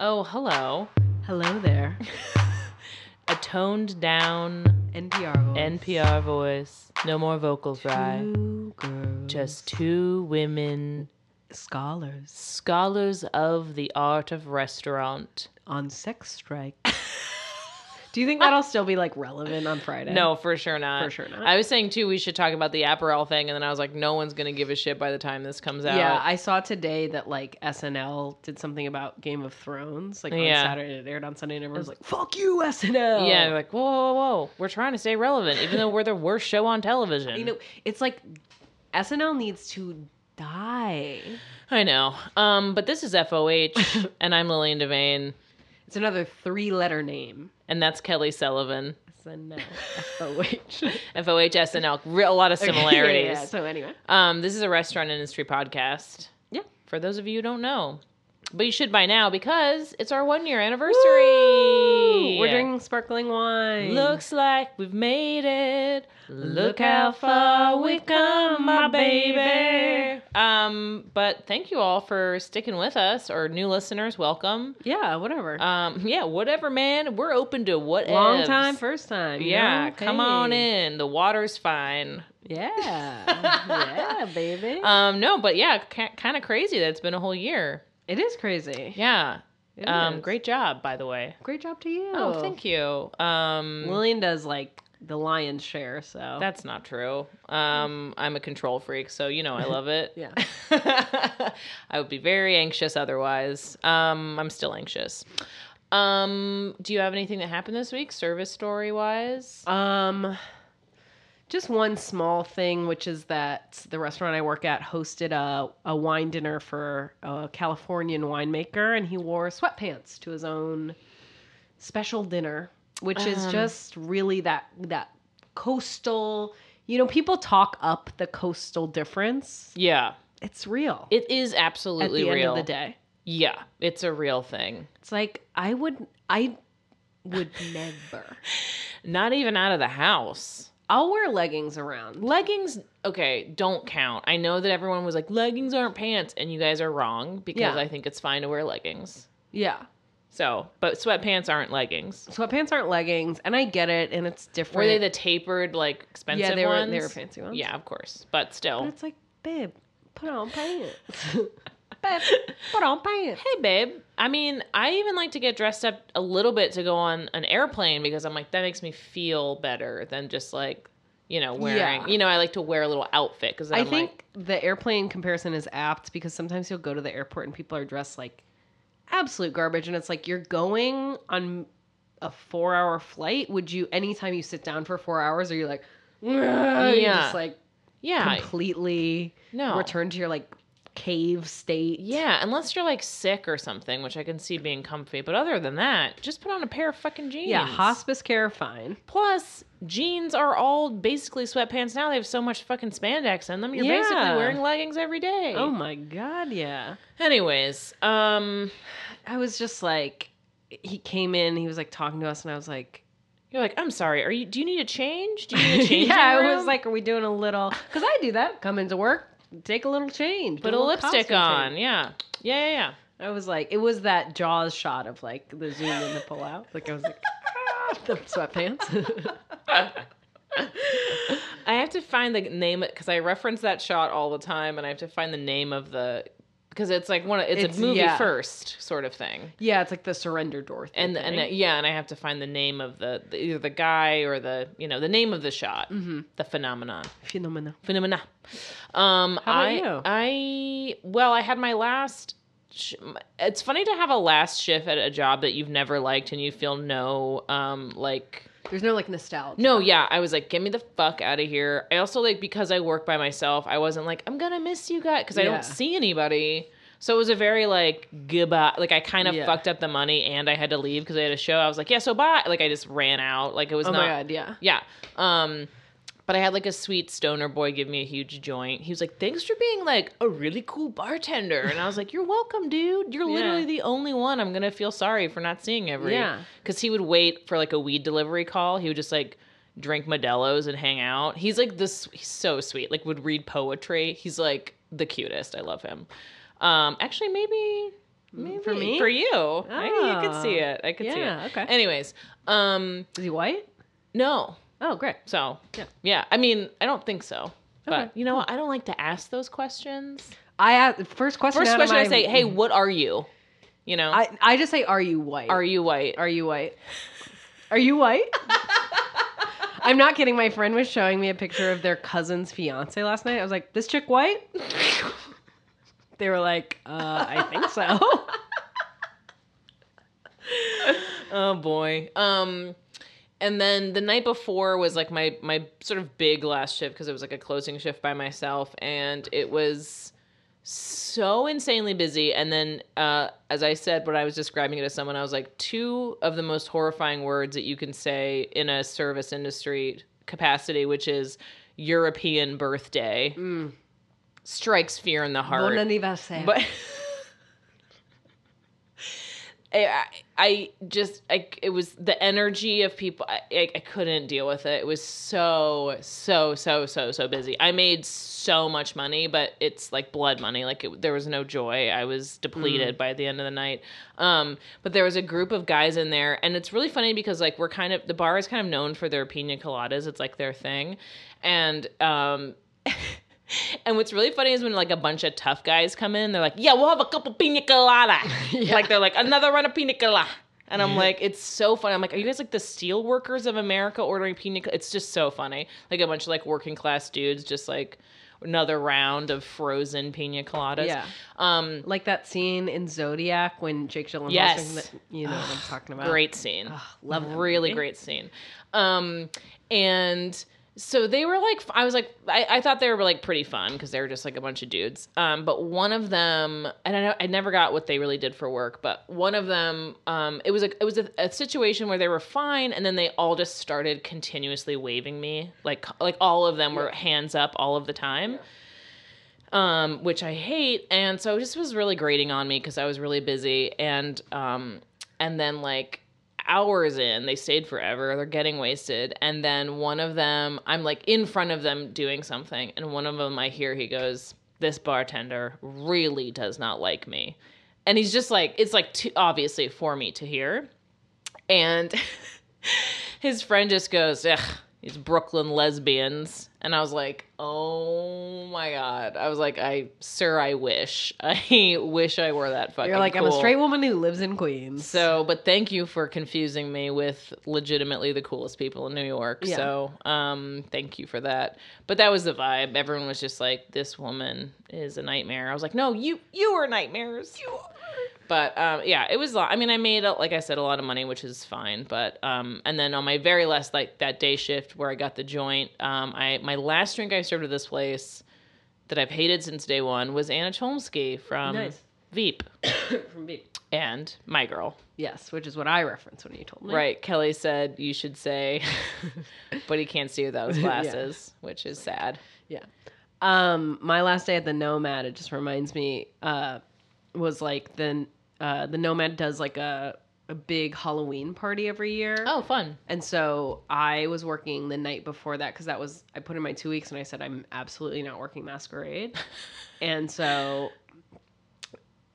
Oh, hello. Hello there, A toned down NPR voice. NPR voice. No more vocals, right? Two girls, Just two women, scholars scholars of the art of restaurant. on sex strike. Do you think that'll still be like relevant on Friday? No, for sure not. For sure not. I was saying too, we should talk about the Aperol thing, and then I was like, no one's gonna give a shit by the time this comes out. Yeah, I saw today that like SNL did something about Game of Thrones. Like on Yeah. Saturday, it aired on Sunday, and everyone's like, "Fuck you, SNL." yeah. Like, whoa, whoa, whoa. We're trying to stay relevant, even though we're the worst show on television. you know, it's like SNL needs to die. I know. Um, but this is FOH, and I'm Lillian Devane, It's another three-letter name. and that's Kelly Sullivan. SNL. F-O-H. FOH, SNL, real, a lot of similarities. yeah, yeah. So anyway, Um, this is a restaurant industry podcast. Yeah. For those of you who don't know, but you should by now because it's our one year anniversary. Woo! We're drinking sparkling wine. Looks like we've made it. Look how far we've come, my baby. Um, but thank you all for sticking with us, or new listeners, welcome. Yeah, whatever. Um, yeah, whatever, man. We're open to whatever. Uh, Long time, first time. you Yeah, know? come on Hey. in. The water's fine. Yeah, Uh, yeah, baby. Um, no, but yeah, kind of crazy that it's been a whole year. it is crazy. Yeah. It Um, is. great job, by the way. great job to you. Mm. Oh, thank you. Um, Lillian does like the lion's share, so that's not true. Um, I'm a control freak, so you know I love it. Yeah. I would be very anxious otherwise. Um, I'm still anxious. Um, do you have anything that happened this week, service story wise? um, just one small thing, which is that the restaurant I work at hosted a a wine dinner for a Californian winemaker, and he wore sweatpants to his own special dinner, which is Um. just really that that coastal. You know, people talk up the coastal difference. Yeah, It's real. it is at absolutely the real. end of the day. Yeah, it's a real thing. It's like I would I would never. Not even out of the house. I'll wear leggings around. leggings okay don't count i know that everyone was like leggings aren't pants and you guys are wrong because Yeah. i think it's fine to wear leggings Yeah. so but sweatpants aren't leggings Sweatpants aren't leggings, and I get it, and it's different. were they the tapered like expensive yeah, they ones were they were fancy ones. yeah of course but still But it's like, babe, put on pants. babe, put on pants. hey babe i mean i even like to get dressed up a little bit to go on an airplane because i'm like that makes me feel better than just like you know wearing Yeah. you know i like to wear a little outfit because I think the airplane comparison is apt because sometimes you'll go to the airport and people are dressed like absolute garbage, and it's like you're going on a four-hour flight. Would you, anytime you sit down for four hours, are you like, yeah, just like yeah completely no return to your like cave state. Oh. Yeah, unless you're like sick or something, which I can see being comfy. But other than that, just put on a pair of fucking jeans. Yeah, hospice care, fine. Plus, jeans are all basically sweatpants now. They have so much fucking spandex in them. You're basically Yeah. wearing leggings every day. Oh my god, yeah. Anyways, um, I was just like he came in, he was like talking to us and I was like you're like, I'm sorry. Are you? Do you need a change? Do you need a change? Yeah, I was like, are we doing a little cuz I do that, come into work, take a little change, do put a little lipstick costume on. change. Yeah, yeah, yeah. yeah. I was like it was that jaws shot of like the zoom in the pull out. Like I was like "Ah," the sweatpants. I have to find the name because I reference that shot all the time, and I have to find the name of the because it's like one. Of, it's, It's- a movie yeah. first sort of thing, yeah, it's like the surrender door and thing. and yeah, and I have to find the name of the, the either the guy or the you know the name of the shot, Mhm. the phenomenon, Phenomena. phenomena. Um, How about I you? I well, I had my last. sh- my- It's funny to have a last shift at a job that you've never liked and you feel no um like There's no like nostalgia. no, yeah, I was like, get me the fuck out of here. I also like because I work by myself. I wasn't like I'm gonna miss you guys because I Yeah. don't see anybody. So it was a very like goodbye. Like I kind of Yeah. fucked up the money and I had to leave because I had a show. I was like, yeah, so bye. Like I just ran out. Like it was Oh not. my god, yeah. Yeah. Um, but I had like a sweet stoner boy give me a huge joint. He was like, "Thanks for being like a really cool bartender," and I was like, "You're welcome, dude. You're Yeah. literally the only one I'm gonna feel sorry for not seeing every." Yeah. Because he would wait for like a weed delivery call. He would just like drink Modelo's and hang out. He's like this. He's so sweet. Like would read poetry. He's like the cutest. I love him. Um, actually, maybe Maybe. For me? For you. I, you could see Ah. it. I could see it. Yeah, okay. Anyways, um, Is he white? no. Oh, great. So, Yeah. I mean, I don't think so. But Okay, you know what? I don't like to ask those questions. I asked, first question. First out of question I my- say, hey, what are you? You know, I, I just say, are you white? are you white? Are you white? Are you white? I'm not kidding. My friend was showing me a picture of their cousin's fiance last night. I was like, this chick white? They were like, uh, I think so. oh boy. Um and then the night before was like my my sort of big last shift because it was like a closing shift by myself and it was so insanely busy and then uh as I said when I was describing it to someone I was like two of the most horrifying words that you can say in a service industry capacity which is European birthday Mm. strikes fear in the heart Buon anniversaire. but I, I- I just I it was the energy of people I, I, I couldn't deal with it. It was so so so so so busy. I made so much money, but it's like blood money. Like it, there was no joy. I was depleted by the end of the night. Um, but there was a group of guys in there, and it's really funny because like we're kind of the bar is kind of known for their pina coladas. It's like their thing, and um, and what's really funny is when like a bunch of tough guys come in, they're like, "Yeah, we'll have a couple pina colada." Yeah. Like they're like, "Another round of pina colada." And I'm like, it's so funny. I'm like, are you guys like the steel workers of America ordering pina? col-" It's just so funny. Like a bunch of like working class dudes, just like another round of frozen pina coladas. Yeah. Um, like that scene in Zodiac when Jake Gyllenhaal. Yes. sings that- you know what I'm talking about. Great scene. Ugh, love that really movie. great scene. Um, and so they were like, I was like, I, I thought they were like pretty fun because they were just like a bunch of dudes. Um, but one of them, and I, know, I never got what they really did for work, but one of them, um, it was a, it was a, a situation where they were fine, and then they all just started continuously waving me, like like all of them were hands up all of the time um, which I hate. And so it just was really grating on me because I was really busy. And um, and then like hours in, they stayed forever. They're getting wasted. And then one of them, I'm like in front of them doing something, and one of them I hear he goes, "This bartender really does not like me," and he's just like, it's like too obviously for me to hear, and. his friend just goes, Ugh, these Brooklyn lesbians. And I was like, oh my God. I was like, I, sir, I wish. I wish I were that fucking You're like, I'm a cool." straight woman who lives in Queens. So, but thank you for confusing me with legitimately the coolest people in New York. Yeah. So, um, thank you for that. But that was the vibe. Everyone was just like, "This woman is a nightmare." I was like, "No, you you are nightmares." You are. But um, yeah, it was. a lot- I mean, I made like I said a lot of money, which is fine. But um, and then on my very last like that day shift where I got the joint, um, I my last drink I served at this place that I've hated since day one was Anna Chomsky from Nice. Veep from me. and My Girl. Yes, which is what I referenced when you told me. Right. Kelly said you should say, but he can't see without his Yeah. glasses, which is sad. Yeah. Um, my last day at the Nomad, it just reminds me, uh, was like the uh, the Nomad does like a a big Halloween party every year. Oh, fun. And so I was working the night before that because that was I put in my two weeks and I said I'm absolutely not working Masquerade, and so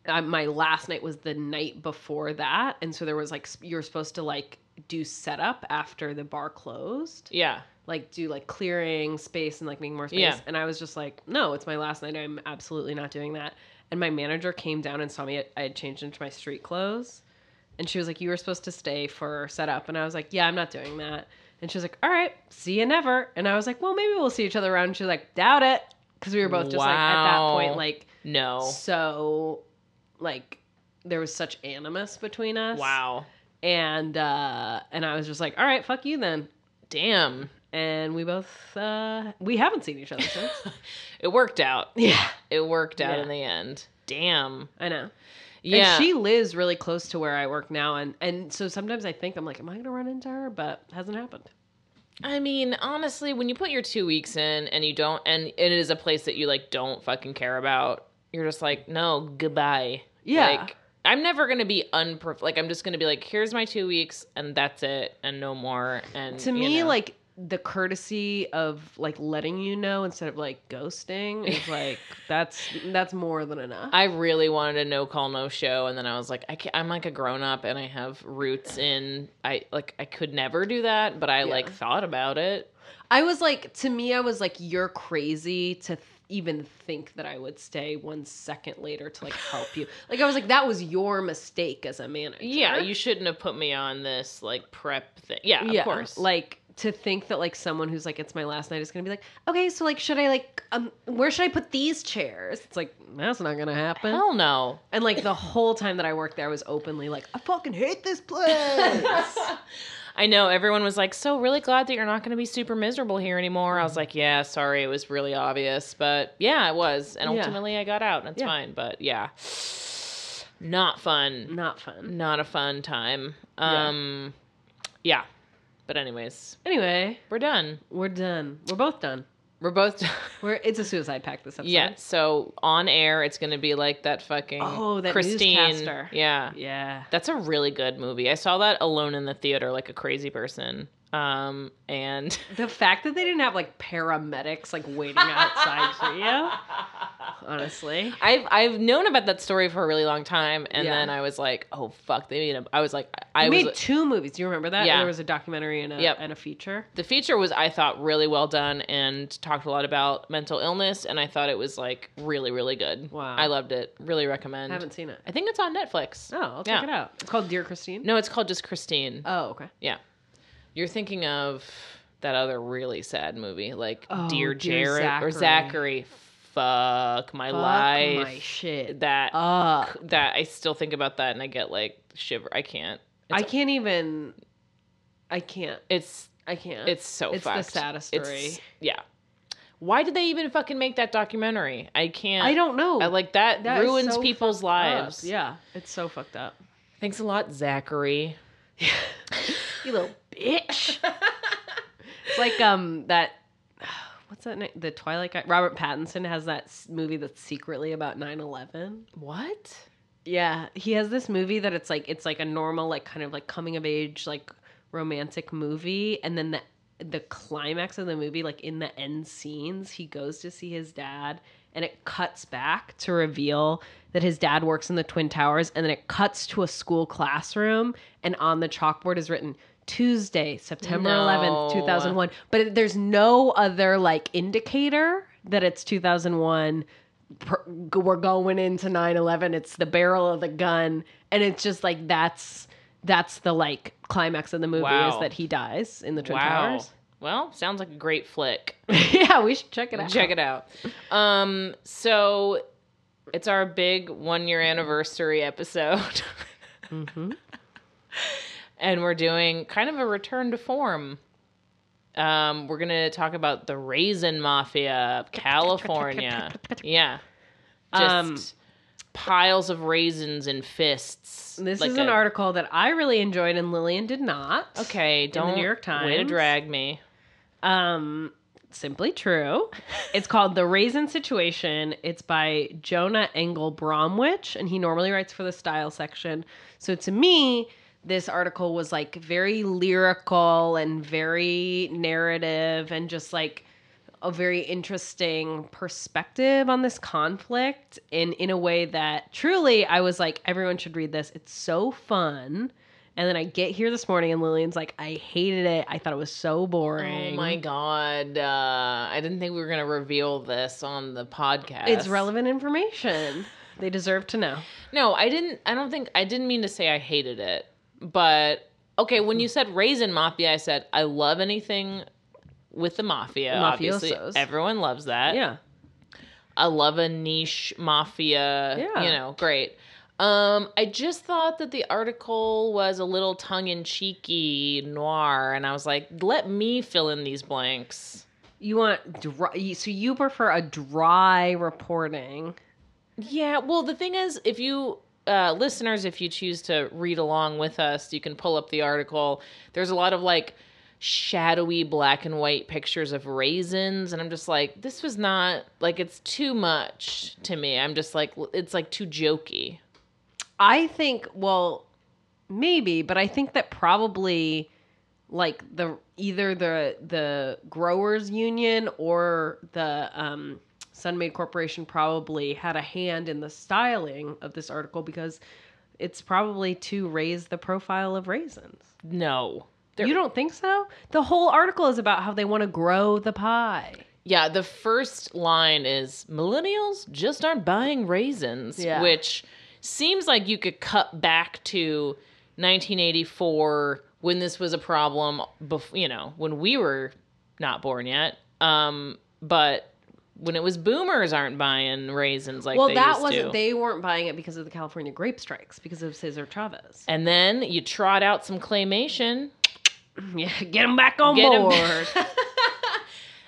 I, my last night was the night before that, and so there was like sp- you were supposed to like do setup after the bar closed, Yeah. like do like clearing space and like making more space. Yeah. And I was just like, no, it's my last night. I'm absolutely not doing that. And my manager came down and saw me. I had changed into my street clothes. And she was like, you were supposed to stay for setup. And I was like, yeah, I'm not doing that. And she was like, all right, see you never. And I was like, well, maybe we'll see each other around. And she was like, doubt it. Cause we were both just like at that Wow. point, like No. so, like there was such animus between us. Wow. And, uh, and I was just like, all right, fuck you then Damn. and we both uh we haven't seen each other since. It worked out. yeah, It worked out Yeah. in the end. Damn. I know. Yeah. And she lives really close to where I work now and and so sometimes I think I'm like am I going to run into her but hasn't happened. I mean, honestly, when you put your two weeks in and you don't, and it is a place that you like don't fucking care about, you're just like, no, goodbye. Yeah. Like, I'm never gonna be unperf. Like, I'm just gonna be like, here's my two weeks, and that's it, and no more. And To you me know. like the courtesy of like letting you know instead of like ghosting is like that's that's more than enough. I really wanted a no call no show, and then I was like, I can't, I'm like a grown up, and I have roots in I like I could never do that, but I like Yeah. thought about it. I was like, to me, I was like, you're crazy to th- even think that I would stay one second later to like help you. Like, I was like, that was your mistake as a manager. Yeah, you shouldn't have put me on this like prep thing. Yeah, of course. Like, to think that like someone who's like, it's my last night is gonna be like, okay, so like, should I like, um, where should I put these chairs? It's like, that's not gonna happen. hell no. And like the whole time that I worked there, I was openly like, I fucking hate this place. I know everyone was like, "So really glad that you're not going to be super miserable here anymore." Mm-hmm. I was like, "Yeah, sorry, it was really obvious, but yeah, it was." And Yeah. ultimately, I got out, and it's Yeah. fine. But yeah, not fun. not fun. Not a fun time. Yeah. Um, yeah. But anyways, Anyway, we're done. we're done. We're both done. We're both. done. We're it's a suicide pact this episode. yeah. So on air, it's going to be like that fucking Oh, that Christine. newscaster. Yeah. Yeah. That's a really good movie. I saw that alone in the theater, like a crazy person. Um, and. The fact that they didn't have like paramedics like waiting outside for you, honestly. I've I've known about that story for a really long time, and Yeah. then I was like, oh fuck, they made a. I was like, I I was made two movies. Do you remember that? Yeah. There was a documentary and a Yep. and a feature. the feature was I thought really well done and talked a lot about mental illness, and I thought it was like really really good. Wow. I loved it. Really I recommend. haven't seen it. I think it's on Netflix. Oh, I'll Yeah. check it out. It's called Dear Christine. No, it's called just Christine. Oh, okay. yeah, you're thinking of that other really sad movie, like Oh, Dear Dear Jared or Zachary. Zachary. Fuck my Fuck life. my Oh. shit. that Ugh. that I still think about that and I get like shiver. I can't. It's, I can't even. I can't. It's I can't. it's so Uh, It's the fucked. saddest It's- story. yeah. Why did they even fucking make that documentary? I can't. I don't know. I like that, That is ruins so people's fucked up. lives. Yeah, it's so fucked up. Thanks a lot, Zachary. you little bitch. it's like um that. What's that? Name? The Twilight guy. Robert Pattinson has that s- movie that's secretly about 9-11. What? Yeah, he has this movie that it's like it's like a normal like kind of like coming of age like romantic movie, and then the the climax of the movie like in the end scenes he goes to see his dad and it cuts back to reveal that his dad works in the twin towers and then it cuts to a school classroom and on the chalkboard is written tuesday september 11th No. 2001 but it- there's no other like indicator that it's 2001 per- we're going into 9-11 it's the barrel of the gun and it's just like that's that's the like climax of the movie is Wow. that he dies in the twin Wow. towers Well, sounds like a great flick. yeah we should check it out Check it out. Um, so it's our big one year anniversary episode. Mm-hmm. And we're doing kind of a return to form. Um, we're going to talk about the Raisin Mafia of California. yeah. Just Um, piles of raisins and fists. this Like is an a- article that i really enjoyed and lillian did not Okay, the don't. New York Way to Times. drag me. um simply true it's called the raisin situation it's by jonah engel bromwich and he normally writes for the style section so to me this article was like very lyrical and very narrative and just like a very interesting perspective on this conflict and in a way that truly I was like everyone should read this. It's so fun. And then I get here this morning and Lillian's like I hated it. I thought it was so boring. Oh my god! Uh, I didn't think we were gonna reveal this on the podcast. It's relevant information. They deserve to know. No, I didn't. I don't think I didn't mean to say I hated it. But okay, when you said raisin mafia, I said I love anything with the mafia. Obviously, Mafiosos. everyone loves that. Yeah. I love a niche mafia. Yeah. You know, great. Um, I just thought that the article was a little tongue in cheeky, noir, and I was like, let me fill in these blanks. You want dry, so you prefer a dry reporting. Yeah, well, the thing is, if you uh, listeners, if you choose to read along with us, you can pull up the article. There's a lot of like shadowy black and white pictures of raisins, and I'm just like, this was not like it's too much to me. I'm just like, l- it's like too jokey. I think, well, maybe, but I think that probably like the either the the growers union or the um Sunmaid Corporation probably had a hand in the styling of this article because it's probably to raise the profile of raisins. No. They're- You don't think so? The whole article is about how they want to grow the pie. Yeah, the first line is millennials just aren't buying raisins, Yeah. which seems like you could cut back to 1984 when this was a problem bef- you know, when we were not born yet. Um but when it was boomers aren't buying raisins like well, they that used wasn't. to. They weren't buying it because of the California grape strikes, because of Cesar Chavez. and then you trot out some claymation. yeah, get them back on Get 'em board.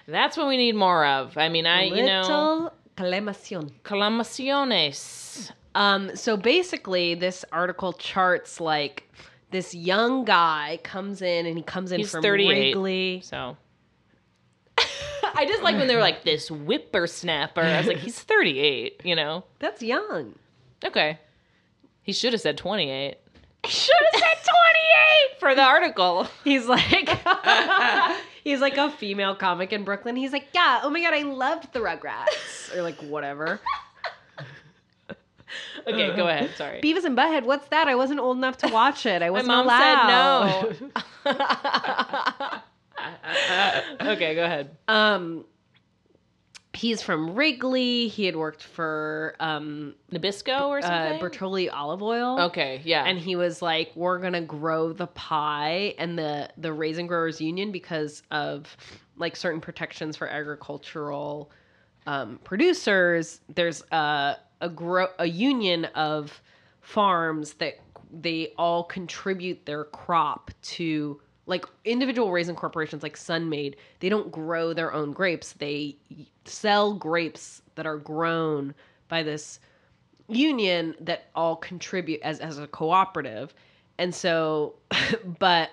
That's what we need more of. I mean, I you know, Little calemacion. calamaciones. Um, so basically, this article charts like this young guy comes in and he comes in He's from 38. Wrigley. So I just like when they were like this whippersnapper. I was like, he's 38, you know? That's young. Okay. He should have said 28 Should have said twenty-eight. for the article. He's like, he's like a female comic in Brooklyn. He's like, yeah, oh my god, I loved the Rugrats or like whatever. Okay, go ahead. Sorry. Beavis and Butthead, what's that? I wasn't old enough to watch it. I My wasn't mom allowed. said no. okay, go ahead. Um, he's from Wrigley. He had worked for um, Nabisco or uh, something? Bertolli Olive Oil. okay, yeah. and he was like we're gonna grow the pie and the the raisin growers union because of like certain protections for agricultural um, producers there's a a grow a union of farms that they all contribute their crop to like individual raisin corporations like Sunmaid, they don't grow their own grapes. They y- sell grapes that are grown by this union that all contribute as as a cooperative. And so but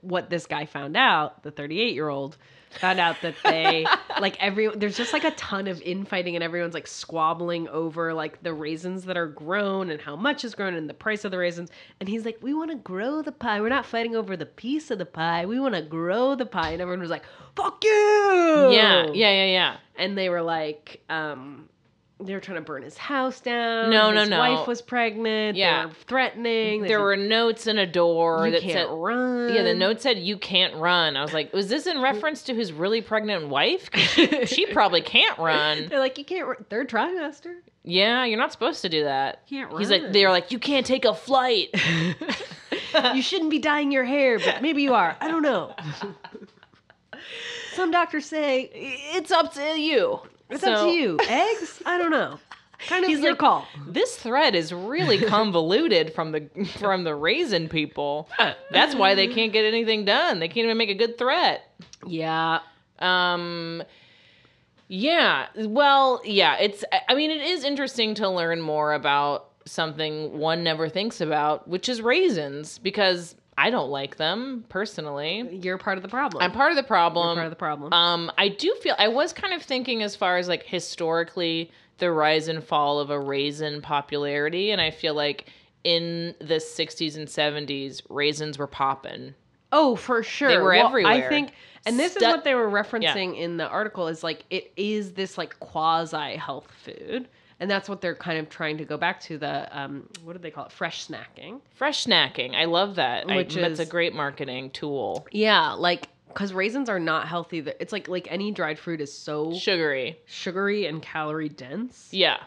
what this guy found out, the 38-year-old found out that they like every there's just like a ton of infighting and everyone's like squabbling over like the raisins that are grown and how much is grown and the price of the raisins and he's like we want to grow the pie we're not fighting over the piece of the pie we want to grow the pie and everyone was like fuck you yeah, yeah, yeah, yeah. and they were like, um, they were trying to burn his house down. No, no, his no. Wife was pregnant. Yeah. they were threatening. They There said, were notes in a door you that can't said run. Yeah, the note said you can't run. I was like, was this in reference to his really pregnant wife? 'Cause She, she probably can't run. They're like, you can't. Run. Third trimester. Yeah, you're not supposed to do that. You can't He's run. like, they're like, you can't take a flight. you shouldn't be dyeing your hair, but maybe you are. I don't know. Some doctors say It's up to you. it's up to you. Eggs? I don't know. Kind of He's your like- call. This thread is really convoluted from the from the raisin people. That's why they can't get anything done. They can't even make a good threat. Yeah. Um yeah, well, yeah, it's I- I mean it is interesting to learn more about something one never thinks about, which is raisins because I don't like them personally. You're part of the problem. I'm part of the You're problem. part of the problem. um I do feel I was kind of thinking as far as like historically the rise and fall of a raisin popularity and I feel like in the 60s and 70s raisins were poppin'. Oh, for sure. were I everywhere. think, and this is Stu- what they were referencing in the article is like it is this like quasi health food, and that's what they're kind of trying to go back to the um, what do they call it? Fresh snacking. Fresh snacking. I love that. I- Which that's is- a great marketing tool. Yeah, like because raisins are not healthy. They're- It's like like any dried fruit is so Sugary. sugary and calorie dense. Yeah.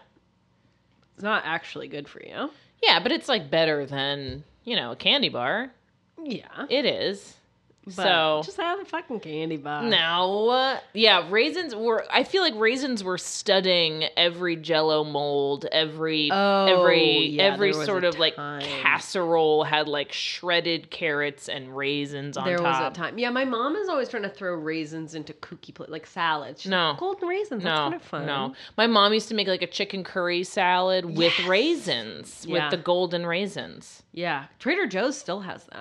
It's not actually good for you. Yeah, but it's like better than, you know, a candy bar. Yeah, It is. but so just have a fucking candy bar. now, uh, yeah, raisins were. I feel like raisins were studying every Jello mold, every Oh, every yeah, every there was sort a of like time. casserole had like shredded carrots and raisins on There was top. a time. Yeah, my mom is always trying to throw raisins into cookie plate like salads. She's No. like, golden raisins. that's No, kind of fun. no. My mom used to make like a chicken curry salad with Yes. raisins, Yeah. with the golden raisins. Yeah, Trader Joe's still has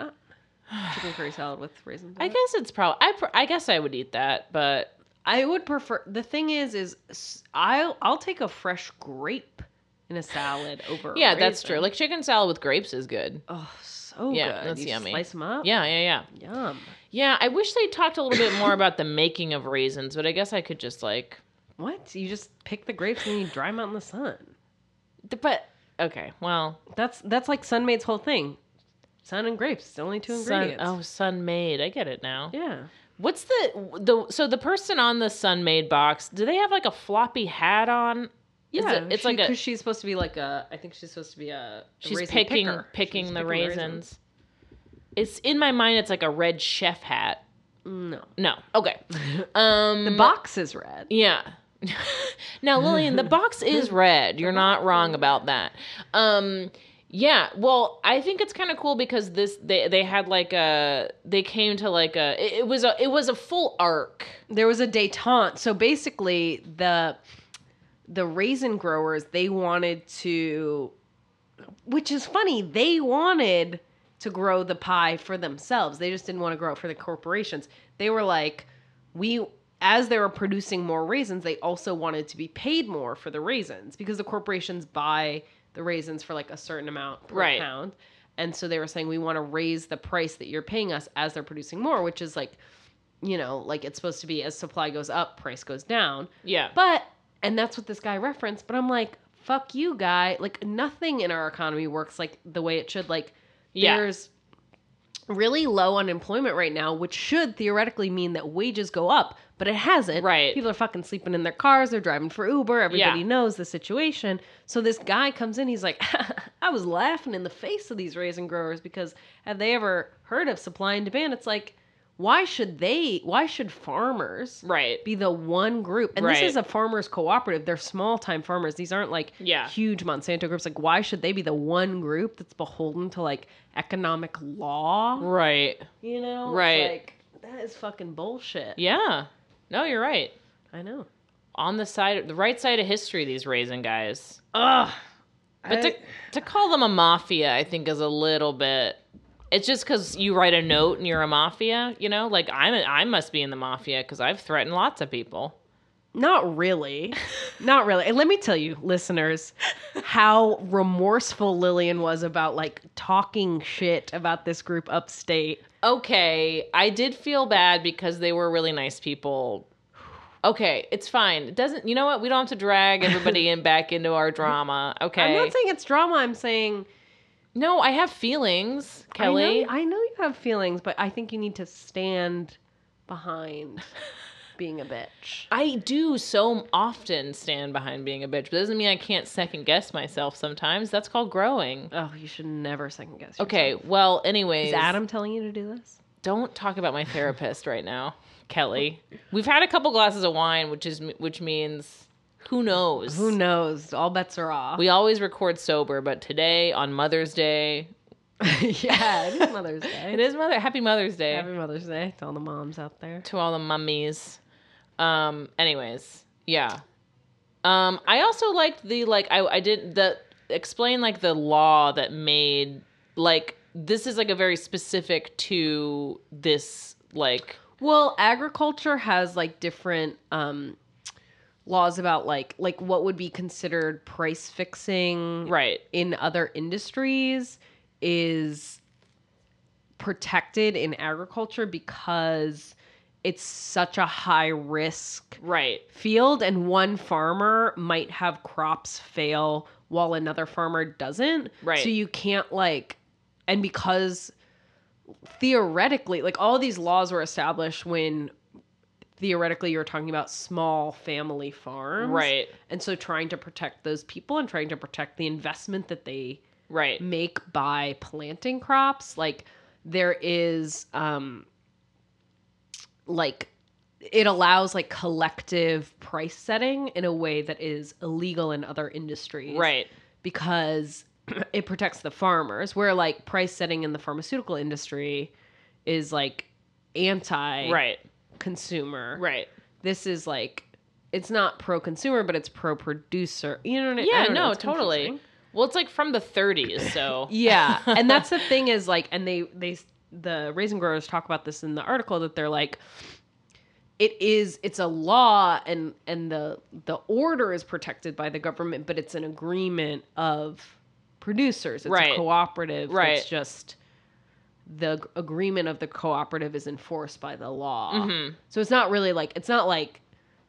that chicken curry salad with raisins. on I it. guess it's probably. I pr- I guess I would eat that, but I would prefer. The thing is, is s- I'll I'll take a fresh grape in a salad over. a yeah, that's true. raisin. Like chicken salad with grapes is good. oh, so so Yeah, good. that's you yummy. Slice them up. Yeah, yeah, yeah. Yum. Yeah, I wish they talked a little bit more about the making of raisins, but I guess I could just like What? You just pick the grapes and you dry them out in the sun. but okay, well, That's that's like Sunmaid's whole thing. Sun and grapes, the only two sun, ingredients. oh, sun made. I get it now. Yeah. What's the the so the person on the sun made box? Do they have like a floppy hat on? Is Yeah, it- it's like a because she's supposed to be like a. I think she's supposed to be a. a she's raisin picking picker. picking She's the raisins. It's in my mind. It's like a red chef hat. No, No, okay. Um, the box is red. Yeah. now, Lillian, the box is red. You're not wrong about that. Um, yeah. Well, I think it's kind of cool because this they they had like a they came to like a it, it was a it was a full arc. There was a détente. So basically, the the raisin growers they wanted to, which is funny. They wanted to grow the pie for themselves. They just didn't want to grow it for the corporations. They were like, we as they were producing more raisins, they also wanted to be paid more for the raisins because the corporations buy the raisins for like a certain amount per Right. pound. And so they were saying we want to raise the price that you're paying us as they're producing more, which is like, you know, like it's supposed to be as supply goes up, price goes down. Yeah. But and that's what this guy referenced, but I'm like, fuck you guy. Like nothing in our economy works like the way it should. Like Yeah. there's really low unemployment right now, which should theoretically mean that wages go up, but it hasn't. Right. People are fucking sleeping in their cars, they're driving for Uber, everybody Yeah. knows the situation. So this guy comes in, he's like, I was laughing in the face of these raisin growers because have they ever heard of supply and demand? It's like, why should they why should farmers Right. be the one group. And Right. this is a farmers cooperative. They're small time farmers. These aren't like Yeah. huge Monsanto groups. Like why should they be the one group that's beholden to like economic law? Right. You know? It's Right. like that is fucking bullshit. Yeah. No, you're right. I know. On the side, the right side of history, these raisin guys. Ugh. But to, to call them a mafia, I think, is a little bit. It's just because you write a note and you're a mafia, you know. Like I'm, a, I must be in the mafia because I've threatened lots of people. Not really. Not really. And let me tell you, listeners, how remorseful Lillian was about like talking shit about this group upstate. Okay, I did feel bad because they were really nice people. Okay, it's fine. It doesn't. You know what? We don't have to drag everybody in back into our drama. Okay. I'm not saying it's drama. I'm saying no, I have feelings, I know- Kelly. I know, you have feelings, but I think you need to stand behind being a bitch. I do so often stand behind being a bitch, but it doesn't mean I can't second guess myself sometimes. That's called growing. Oh, you should never second guess. Yourself. Okay, well, anyways, Is Adam telling you to do this? don't talk about my therapist right now, Kelly. We've had a couple glasses of wine, which is which means who knows? Who knows? All bets are off. We always record sober, but today on Mother's Day, yeah, it is Mother's Day. it is Mother Happy Mother's Day Happy Mother's Day to all the moms out there. to all the mummies. Um, anyways, yeah. Um, I also liked the like I I did the explain like the law that made like this is like a very specific to this like Well, agriculture has like different um, laws about like like what would be considered price fixing, right in other industries is protected in agriculture because it's such a high risk right field and one farmer might have crops fail while another farmer doesn't Right. so you can't like and because theoretically like all these laws were established when theoretically you're talking about small family farms right and so trying to protect those people and trying to protect the investment that they right make by planting crops, like there is um like it allows like collective price setting in a way that is illegal in other industries. right Because it protects the farmers where like price setting in the pharmaceutical industry is like anti right consumer right this is like it's not pro consumer, but it's pro producer. You know what I mean? yeah no totally well it's like from the 30s so Yeah, and that's the thing is like, and they they the raisin growers talk about this in the article that they're like, it is it's a law and and the the order is protected by the government, but it's an agreement of producers. It's Right. a cooperative. Right. It's just the g- agreement of the cooperative is enforced by the law. Mhm. So it's not really like it's not like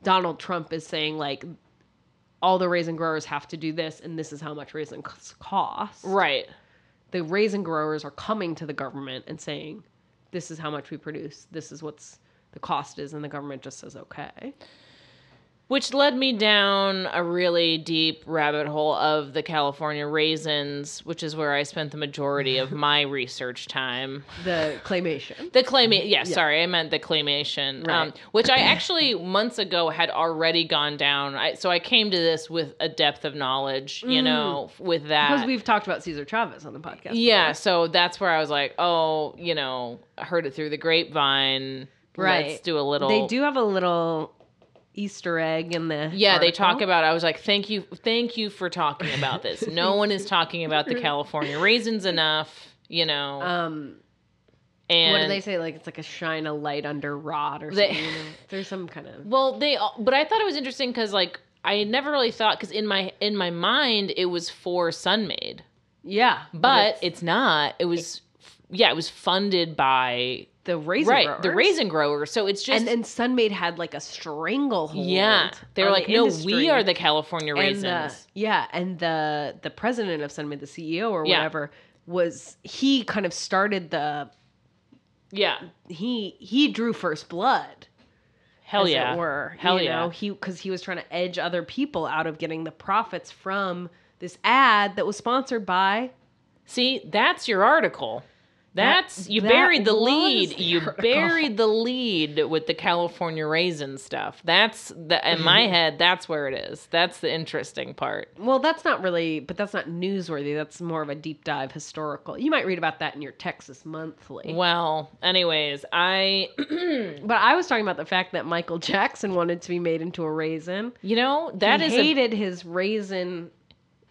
Donald Trump is saying like all the raisin growers have to do this and this is how much raisin c- costs. Right. The raisin growers are coming to the government and saying this is how much we produce. This is what's the cost is and the government just says okay. Which led me down a really deep rabbit hole of the California raisins, which is where I spent the majority of my research time. The claymation. The claymation, yeah, sorry, I meant the claymation, um, Mm-hmm. Right. which I actually months ago had already gone down. I, so I came to this with a depth of knowledge, you Mm. know, f- with that. Because we've talked about Cesar Chavez on the podcast. yeah, so that's where I was like, oh, you know, I heard it through the grapevine. Right. Let's do a little. They do have a little Easter egg in the Yeah, they talk article. about. I was like, thank you, thank you for talking about this. No one is talking about the California raisins enough, you know. um and what do they say? Like it's like a shine a light under rod or They- something. you know? There's some kind of Well, they. all- But I thought it was interesting because, like, I had never really thought because in my in my mind it was for Sunmaid, yeah, but it's, not. It was, yeah, it was funded by the raisin right growers. the raisin grower. So it's just and and Sunmaid had like a stranglehold. yeah. They're on like, the no, industry." we are the California and raisins. the, yeah, and the the president of Sunmaid, the CEO or Yeah. whatever, was he kind of started the yeah, he he drew first blood. hell as yeah, it were. Hell you yeah. know, he because he was trying to edge other people out of getting the profits from this ad that was sponsored by See, that's your article. That- That's you that buried the was lead. the you article. buried the lead with the California raisin stuff. That's the in my Mm-hmm. head. That's where it is. That's the interesting part. well that's not really but that's not newsworthy that's more of a deep dive historical you might read about that in your texas monthly Well, anyways, I Mm-hmm. but i was talking about the fact that michael jackson wanted to be made into a raisin you know that he is hated his raisin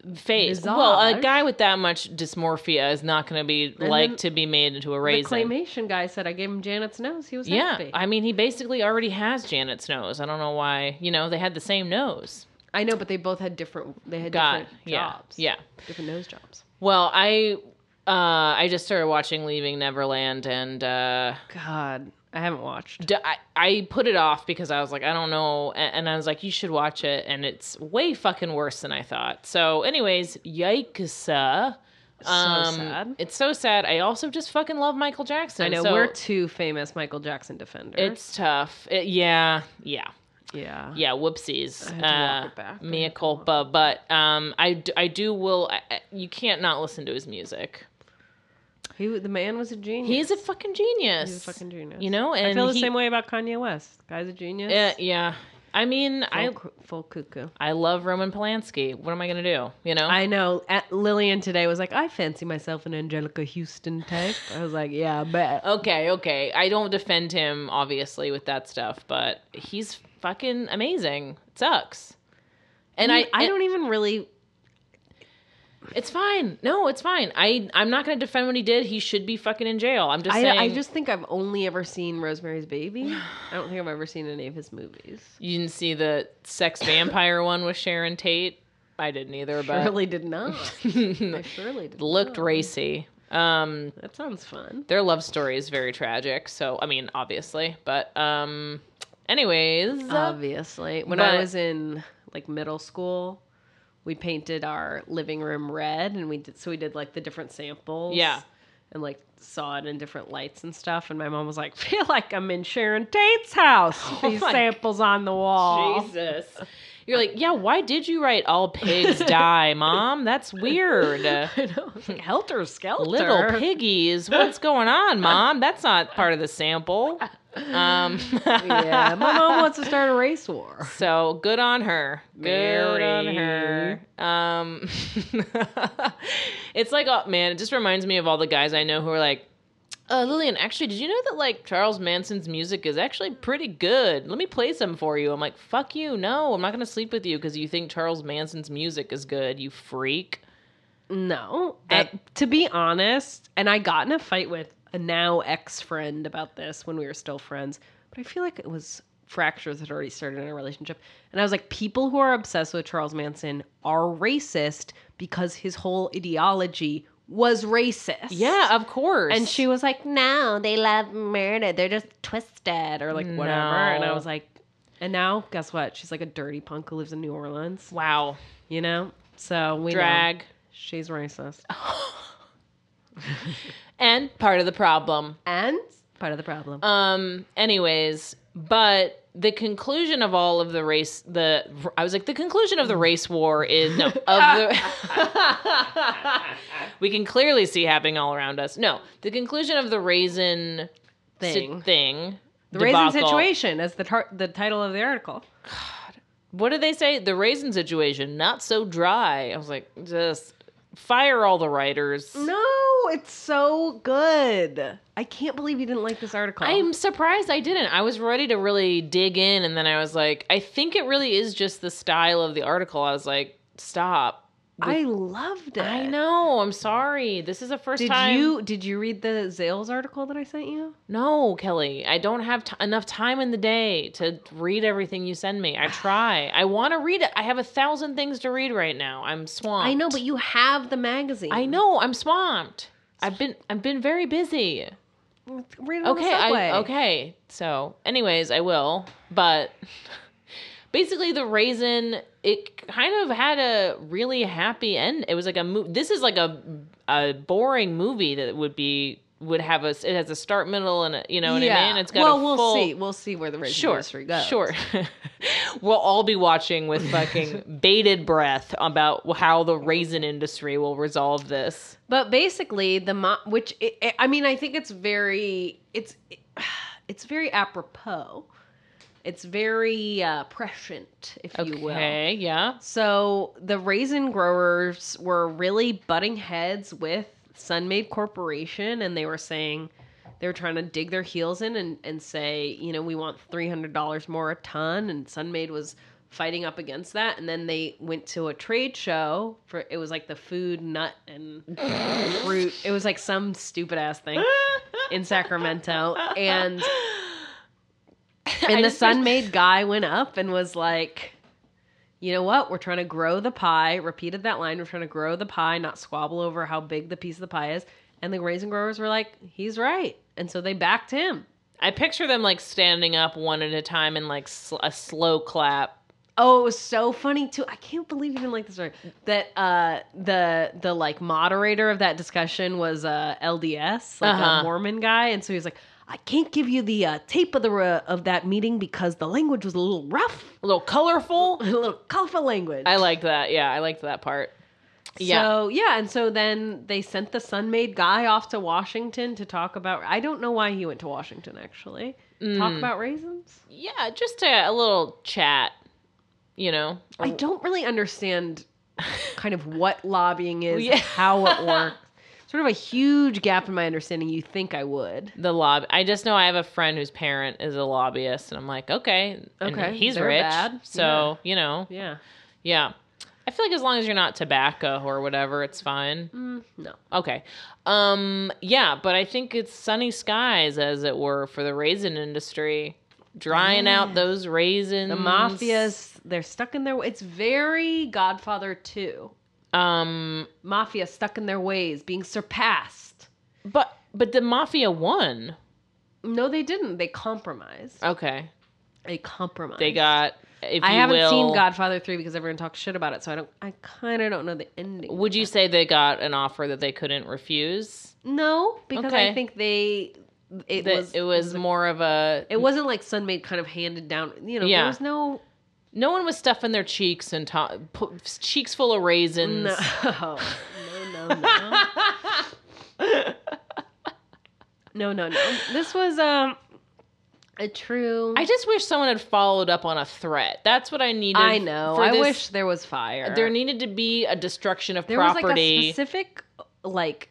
a face. Well, a bizarre. guy with that much dysmorphia is not going to be And like then to be made into a the raisin. claymation guy said i gave him janet's nose he was yeah, happy I mean, he basically already has Janet's nose. I don't know why. You know, they had the same nose. i know but they both had different they had God, different yeah, jobs yeah. different nose jobs Well, I uh, I just started watching Leaving Neverland, and uh, god i haven't watched d- I, I put it off because I was like, I don't know, a- and I was like, you should watch it, and it's way fucking worse than I thought. So, anyways, yikes. uh, So sad. It's so sad. I also just fucking love Michael Jackson. I know so we're two famous Michael Jackson defenders. It's tough. It- yeah, yeah. yeah. yeah whoopsies Uh, I had to walk it back. I mea had to walk culpa but um i d- I do will I, I- you can't not listen to his music He the man was a genius. he's a fucking genius He's a fucking genius. you know and I feel the he- same way about Kanye West. Guy's a genius. yeah, yeah i mean full, i cu- full cuckoo. i love roman polanski what am i gonna do you know I know. At Lillian today was like, I fancy myself an Angelica Houston type. I was like, yeah, I bet. okay okay i don't defend him obviously with that stuff but he's fucking amazing it sucks and I, I don't even really. It's fine. No, it's fine. I, I'm not going to defend what he did. He should be fucking in jail. I'm just I, saying. I just think I've only ever seen Rosemary's Baby. I don't think I've ever seen any of his movies. You didn't see the sex vampire one with Sharon Tate? I didn't either, but Surely did not. I surely did. looked not. racy. Um, That sounds fun. their love story is very tragic. So, I mean, obviously, but um, anyways, Obviously. When I But- was in like middle school, we painted our living room red and we did so we did like the different samples. Yeah. And like saw it in different lights and stuff. And my mom was like, feel like I'm in Sharon Tate's house. with Oh These my samples on the wall. Jesus, you're like, yeah. Why did you write all pigs die, mom? That's weird. I know. It's like, Helter Skelter. Little piggies, what's going on, mom? That's not part of the sample. Um, yeah. My mom wants to start a race war. So good on her. Good on Mary. her. Um, it's like, oh man, it just reminds me of all the guys I know who are like, uh, Lillian, actually, did you know that like Charles Manson's music is actually pretty good? Let me play some for you. I'm like, fuck you. No, I'm not gonna sleep with you because you think Charles Manson's music is good. You freak. No. That- to be honest, and I got in a fight with a now ex friend about this when we were still friends, but I feel like it was fractures that already started in a relationship. And I was like, people who are obsessed with Charles Manson are racist because his whole ideology was racist. Yeah, of course. And she was like, "No, they love murder. They're just twisted or like whatever." And I No. was like, "And now, guess what? She's like a dirty punk who lives in New Orleans. wow, You know? So we know drag she's racist and part of the problem. and part of the problem. Um. Anyways, but the conclusion of all of the race, the I was like, the conclusion of the race war is no. Of the, we can clearly see happening all around us. No, the conclusion of the raisin si- Thing. thing. the raisin debacle- situation is the tar- the title of the article. What did they say? The raisin situation, not so dry. I was like, just fire all the writers. No, it's so good. I can't believe you didn't like this article. I'm surprised I didn't. I was ready to really dig in, and then I was like, I think it really is just the style of the article. I was like, stop. I loved it. I know. I'm sorry. This is the first Did time. you did you read the Zales article that I sent you? No, Kelly. I don't have t- enough time in the day to read everything you send me. I try. I want to read it. I have a thousand things to read right now. I'm swamped. I know, but you have the magazine. I know. I'm swamped. I've been. I've been very busy. Read Okay, it on the subway. I, okay. So, anyways, I will. But basically, the raisin it kind of had a really happy end. It was like a mo- this is like a a boring movie that would be would have a it has a start, middle, and a, you know what I mean. It's got well, a we'll full, see. We'll see where the racist Sure, industry goes. sure. we'll all be watching with fucking bated breath about how the raisin industry will resolve this. But basically, the mo- which i i I mean, I think it's very it's it's very apropos. It's very uh, prescient, if you will. Okay, yeah. So the raisin growers were really butting heads with Sunmaid Corporation, and they were saying they were trying to dig their heels in and, and say, you know, we want three hundred dollars more a ton, and Sunmaid was fighting up against that. And then they went to a trade show for it was like the food, nut, and fruit. It was like some stupid ass thing in Sacramento, and I and the just wish- sun made guy went up and was like, you know what? We're trying to grow the pie. Repeated that line. We're trying to grow the pie, not squabble over how big the piece of the pie is. And the raisin growers were like, he's right. And so they backed him. I picture them like standing up one at a time and like sl- a slow clap. Oh, it was so funny too. I can't believe you didn't like this story. That uh the the like moderator of that discussion was uh LDS, like Uh-huh. a Mormon guy, and so he was like, I can't give you the uh, tape of the uh, of that meeting because the language was a little rough, A little colorful. a little colorful language. I liked that. Yeah, I liked that part. Yeah. So yeah, and so then they sent the Sunmaid guy off to Washington to talk about. I don't know why he went to Washington actually. Talk Mm. about raisins. Yeah, just a, a little chat, you know. I don't really understand kind of what lobbying is, Yeah. how it works. Sort of a huge gap in my understanding. You think I would? The lobby. I just know I have a friend whose parent is a lobbyist, and I'm like, okay, and Okay, he's they're rich, bad. so you know, Yeah. yeah. I feel like as long as you're not tobacco or whatever, it's fine. Mm, no. Okay. Um yeah, but I think it's sunny skies as it were for the raisin industry, drying out those raisins. The mafias, they're stuck in their. It's very Godfather two. Um Mafia stuck in their ways, being surpassed. but but the mafia won. No, they didn't. They compromised. Okay. Uh, They compromised. They got if I you haven't will, seen Godfather three because everyone talks shit about it, so I don't. I kind of don't know the ending. Would you say they got an offer that they couldn't refuse? No, because I Okay. think they. It that was. it was more of a It wasn't like Sunmaid kind of handed down. You know, there Yeah. was no. no one was stuffing their cheeks and to, pu- cheeks full of raisins. No. No. No. No. no. No. No. This was um a true. I just wish someone had followed up on a threat. That's what I needed. I know. for I this- wish there was fire. There needed to be a destruction of there was like property. a specific like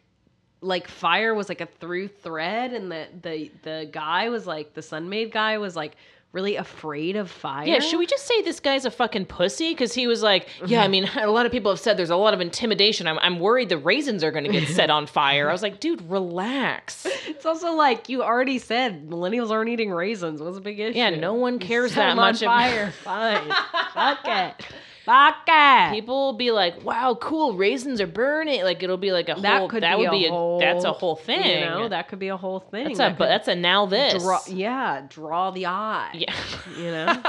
like fire was like a through thread and the the the guy was like the sunmaid guy was like really afraid of fire yeah, should we just say this guy's a fucking pussy? Because he was like, yeah, Mm-hmm. I mean, a lot of people have said there's a lot of intimidation. I'm, I'm worried the raisins are going to get set on fire. I was like, dude, relax. it's also like you already said millennials aren't eating raisins what's a big issue Yeah, no one cares Set that 'em much. on ab- fire fine fuck it Vodka. People will be like, "Wow, cool! Raisins are burning!" Like it'll be like a whole. that could that be would a be whole, that's a whole thing. You know, that could be a whole thing. that's a That but could that's a now this. draw, yeah, draw the eye. yeah. you know,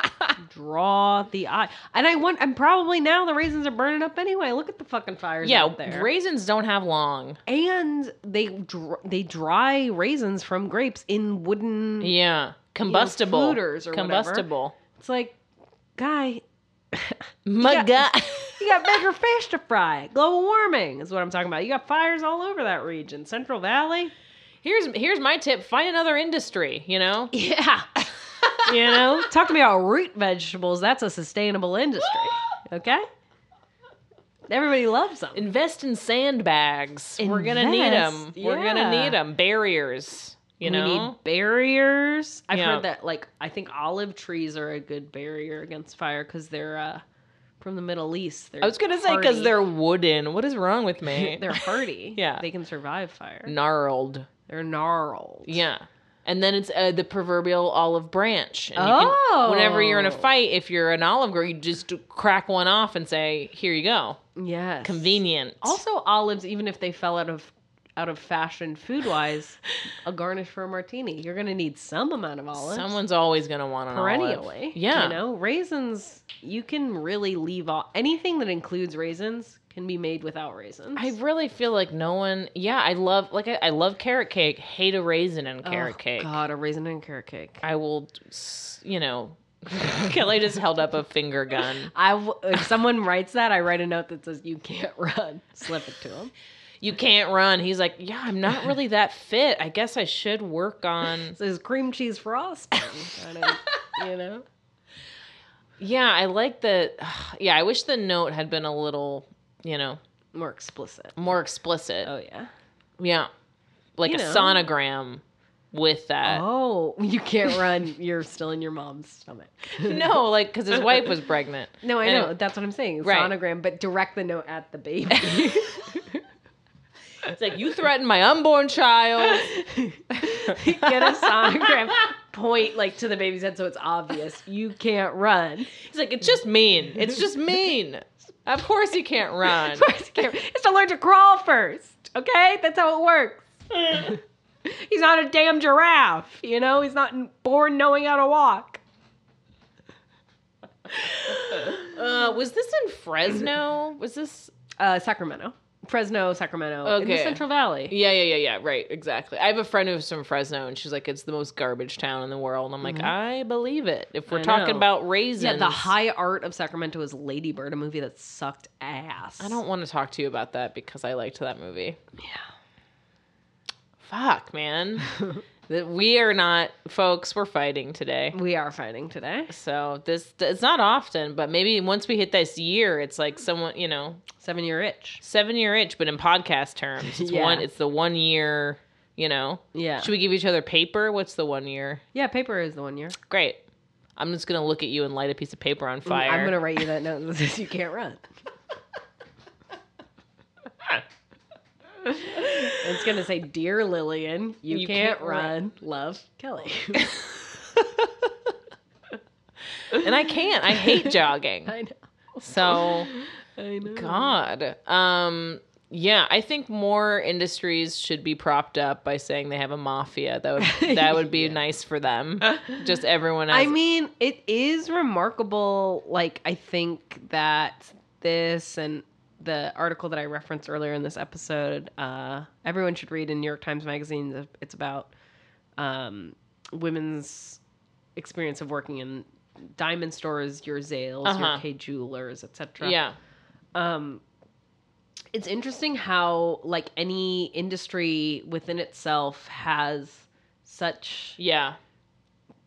draw the eye. And I want. I'm probably now the raisins are burning up anyway. Look at the fucking fires out yeah, there. raisins don't have long. and they dr- they dry raisins from grapes in wooden. Yeah, combustible. fluters or whatever. combustible. It's like, guy, My Yeah. God. you got bigger fish to fry. Global warming is what I'm talking about. You got fires all over that region, Central Valley. Here's here's my tip. Find another industry. You know. Yeah. you know, talk to me about root vegetables. That's a sustainable industry. Okay? Everybody loves them. Invest in sandbags. We're gonna need them. Invest, We're gonna yeah. need them. Barriers. You we know. need barriers. I've Yeah. heard that like I think olive trees are a good barrier against fire cuz they're uh from the Middle East. They're I was gonna say because hardy. they're wooden. What is wrong with me? they're hardy. Yeah. They can survive fire. gnarled. They're gnarled. Yeah. And then it's uh, the proverbial olive branch. And Oh. whenever you're in a fight, if you're an olive girl, you just crack one off and say, "Here you go." Yes. Convenient. Also, olives, even if they fell out of out of fashion food wise, a garnish for a martini. You're gonna need some amount of olives. someone's always gonna want an olive. perennially. Yeah. You know, raisins you can really leave off anything that includes raisins can be made without raisins. I really feel like no one. Yeah, I love like I, I love carrot cake. Hate a raisin in carrot Oh, cake. God, a raisin and carrot cake. I will, s- you know. Kelly just held up a finger gun. I w- if someone writes that, I write a note that says you can't run. Slip it to them. You can't run. He's like, yeah, I'm not really that fit. I guess I should work on. It says cream cheese frosting. kind of, you know. Yeah, I like the. Yeah, I wish the note had been a little, you know, More explicit. more explicit. Oh yeah. Yeah, like You a know. sonogram with that. Oh, you can't run. You're still in your mom's stomach. No, like because his wife was pregnant. No, I And- know. That's what I'm saying. Right. Sonogram, but direct the note at the baby. It's like you threatened my unborn child. Get a sonogram. Point like to the baby's head so it's obvious. You can't run. He's like, it's just mean. It's just mean. Of course he can't run. Of course you can't. It's to learn to crawl first. Okay, that's how it works. He's not a damn giraffe. You know, he's not born knowing how to walk. Uh, was this in Fresno? Was this? Uh, Sacramento, Fresno, Sacramento, in the Okay. Central Valley. Yeah, yeah, yeah, yeah. Right, exactly. I have a friend who's from Fresno, and she's like, "It's the most garbage town in the world." And I'm like, I believe it. If we're Mm-hmm. I talking know. about raisins, Yeah, the high art of Sacramento is Lady Bird, a movie that sucked ass. I don't want to talk to you about that because I liked that movie. Yeah. Fuck, man. That we are not, folks. We're fighting today. We are fighting today. So this it's not often, but maybe once we hit this year, it's like someone you know Seven year itch. seven year itch, but in podcast terms, it's Yeah. one. It's the one year. You know, Yeah. should we give each other paper? What's the one year? yeah, paper is the one year. Great. I'm just gonna look at you and light a piece of paper on fire. I'm gonna write you that note that says you can't run. it's gonna say, "Dear Lillian, you, You can't, can't run. run. Love, Kelly." and I can't. I hate jogging. I know. So I know. God. Um yeah, I think more industries should be propped up by saying they have a mafia. That would that would be nice for them. Just everyone else. I mean, it is remarkable. Like, I think that this and the article that I referenced earlier in this episode, uh, everyone should read in New York Times Magazine. It's about um, women's experience of working in diamond stores, your Zales, your Uh-huh. K Jewelers, etc. yeah. Um, it's interesting how like any industry within itself has such Yeah.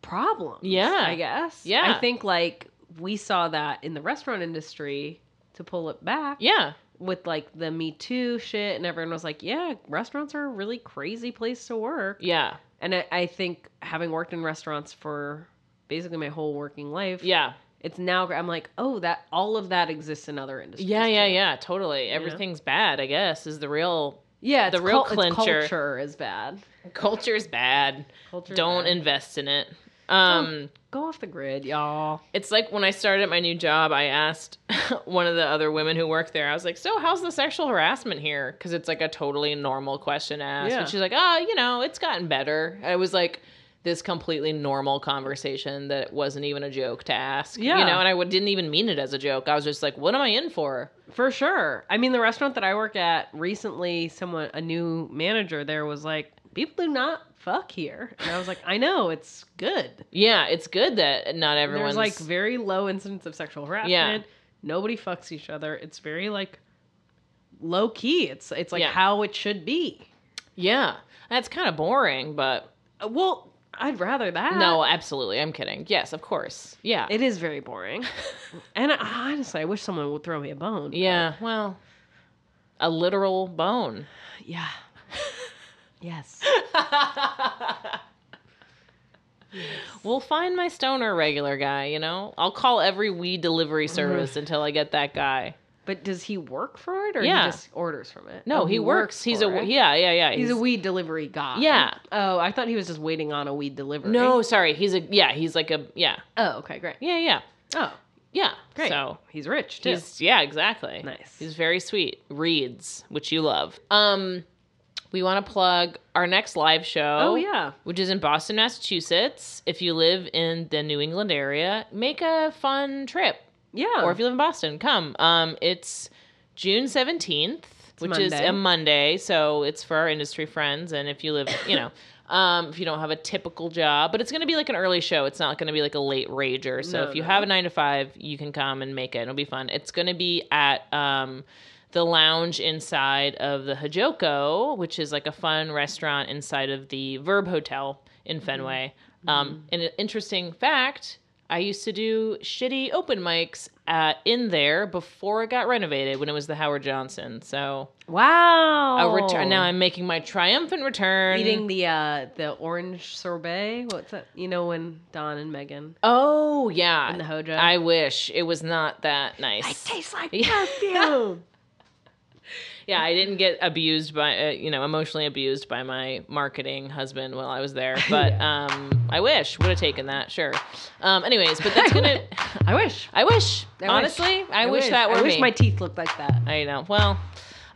problems. Yeah. I guess. Yeah. I think like we saw that in the restaurant industry to pull it back Yeah. with like the Me Too shit, and everyone was like, yeah, restaurants are a really crazy place to work. Yeah. And I, I think having worked in restaurants for basically my whole working life, Yeah. it's now I'm like, oh, that all of that exists in other industries. Yeah, yeah, too. yeah. Totally. Everything's bad, I guess, is the real Yeah, it's The real cul- it's clincher. culture is bad. culture's bad. Culture Don't bad. invest in it. Um, Go off the grid, y'all. It's like when I started at my new job, I asked one of the other women who worked there, I was like, So, how's the sexual harassment here? Because it's like a totally normal question to ask. Yeah. And she's like, Oh, you know, it's gotten better. It was like this completely normal conversation that wasn't even a joke to ask. Yeah. You know, and I would, didn't even mean it as a joke. I was just like, What am I in for? For sure. I mean, the restaurant that I work at recently, someone, a new manager there was like, people do not fuck here. And I was like, I know, it's good. Yeah, it's good that not everyone's There's like very low incidence of sexual harassment. Nobody fucks each other. It's very like low key. It's it's like Yeah. how it should be. Yeah. That's kind of boring, but Uh, Well, I'd rather that. no, absolutely. I'm kidding. Yes, of course. Yeah. It is very boring. and I, honestly, I wish someone would throw me a bone. Yeah, well, a literal bone. but- Yeah. yes. We'll find my stoner regular guy, you know? I'll call every weed Mm-hmm. delivery service until I get that guy. But does he work for it or Yeah. he just orders from it? No, Oh, he, works. He's a for it. yeah, yeah, yeah. He's a weed delivery guy. Yeah. Oh, I thought he was just waiting on a weed delivery. No, sorry. He's a yeah, he's like a yeah. Oh, okay, great. Yeah, yeah. Oh, Yeah. great. So he's rich too. He's yeah, exactly. Nice. He's very sweet. Reads, which you love. Um, we want to plug our next live show. Oh, yeah. which is in Boston, Massachusetts. If you live in the New England area, make a fun trip. yeah. Or if you live in Boston, come. Um, it's June seventeenth, which Monday. is a Monday, so it's for our industry friends. And if you live, you know. Um, if you don't have a typical job, but it's going to be like an early show. It's not going to be like a late rager. So No, if you no. have a nine to five, you can come and make it. It'll be fun. It's going to be at um, the lounge inside of the Hajoko, which is like a fun restaurant inside of the Verb Hotel Mm-hmm. in Fenway. Um, and an interesting fact I used to do shitty open mics uh, in there before it got renovated when it was the Howard Johnson. So wow. a return. Now I'm making my triumphant return. eating Oh. the uh the orange sorbet. What's that? You know when Don and Megan Oh yeah, in the Hojo. I wish it was not that nice. taste like Yeah. perfume. Yeah, I didn't get abused by, uh, you know, emotionally abused by my marketing husband while I was there. But um, I wish would have taken that, sure. Um, anyways, but that's gonna. I wish. I wish. I wish. honestly, I, wish, that were I wish me. my teeth looked like that. I know. Well,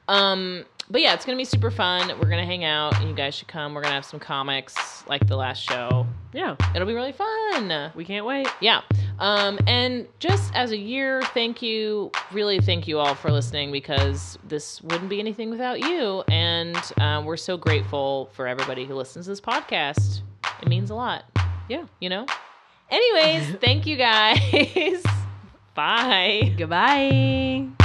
um, but yeah, it's gonna be super fun. We're gonna hang out, and you guys should come. We're gonna have some comics like the last show. Yeah. It'll be really fun. We can't wait. Yeah. Um, and just as a year, thank you, really thank you all for listening because this wouldn't be anything without you. And um, we're so grateful for everybody who listens to this podcast. It means a lot, Yeah. you know? Anyways, thank you guys. Bye. Goodbye.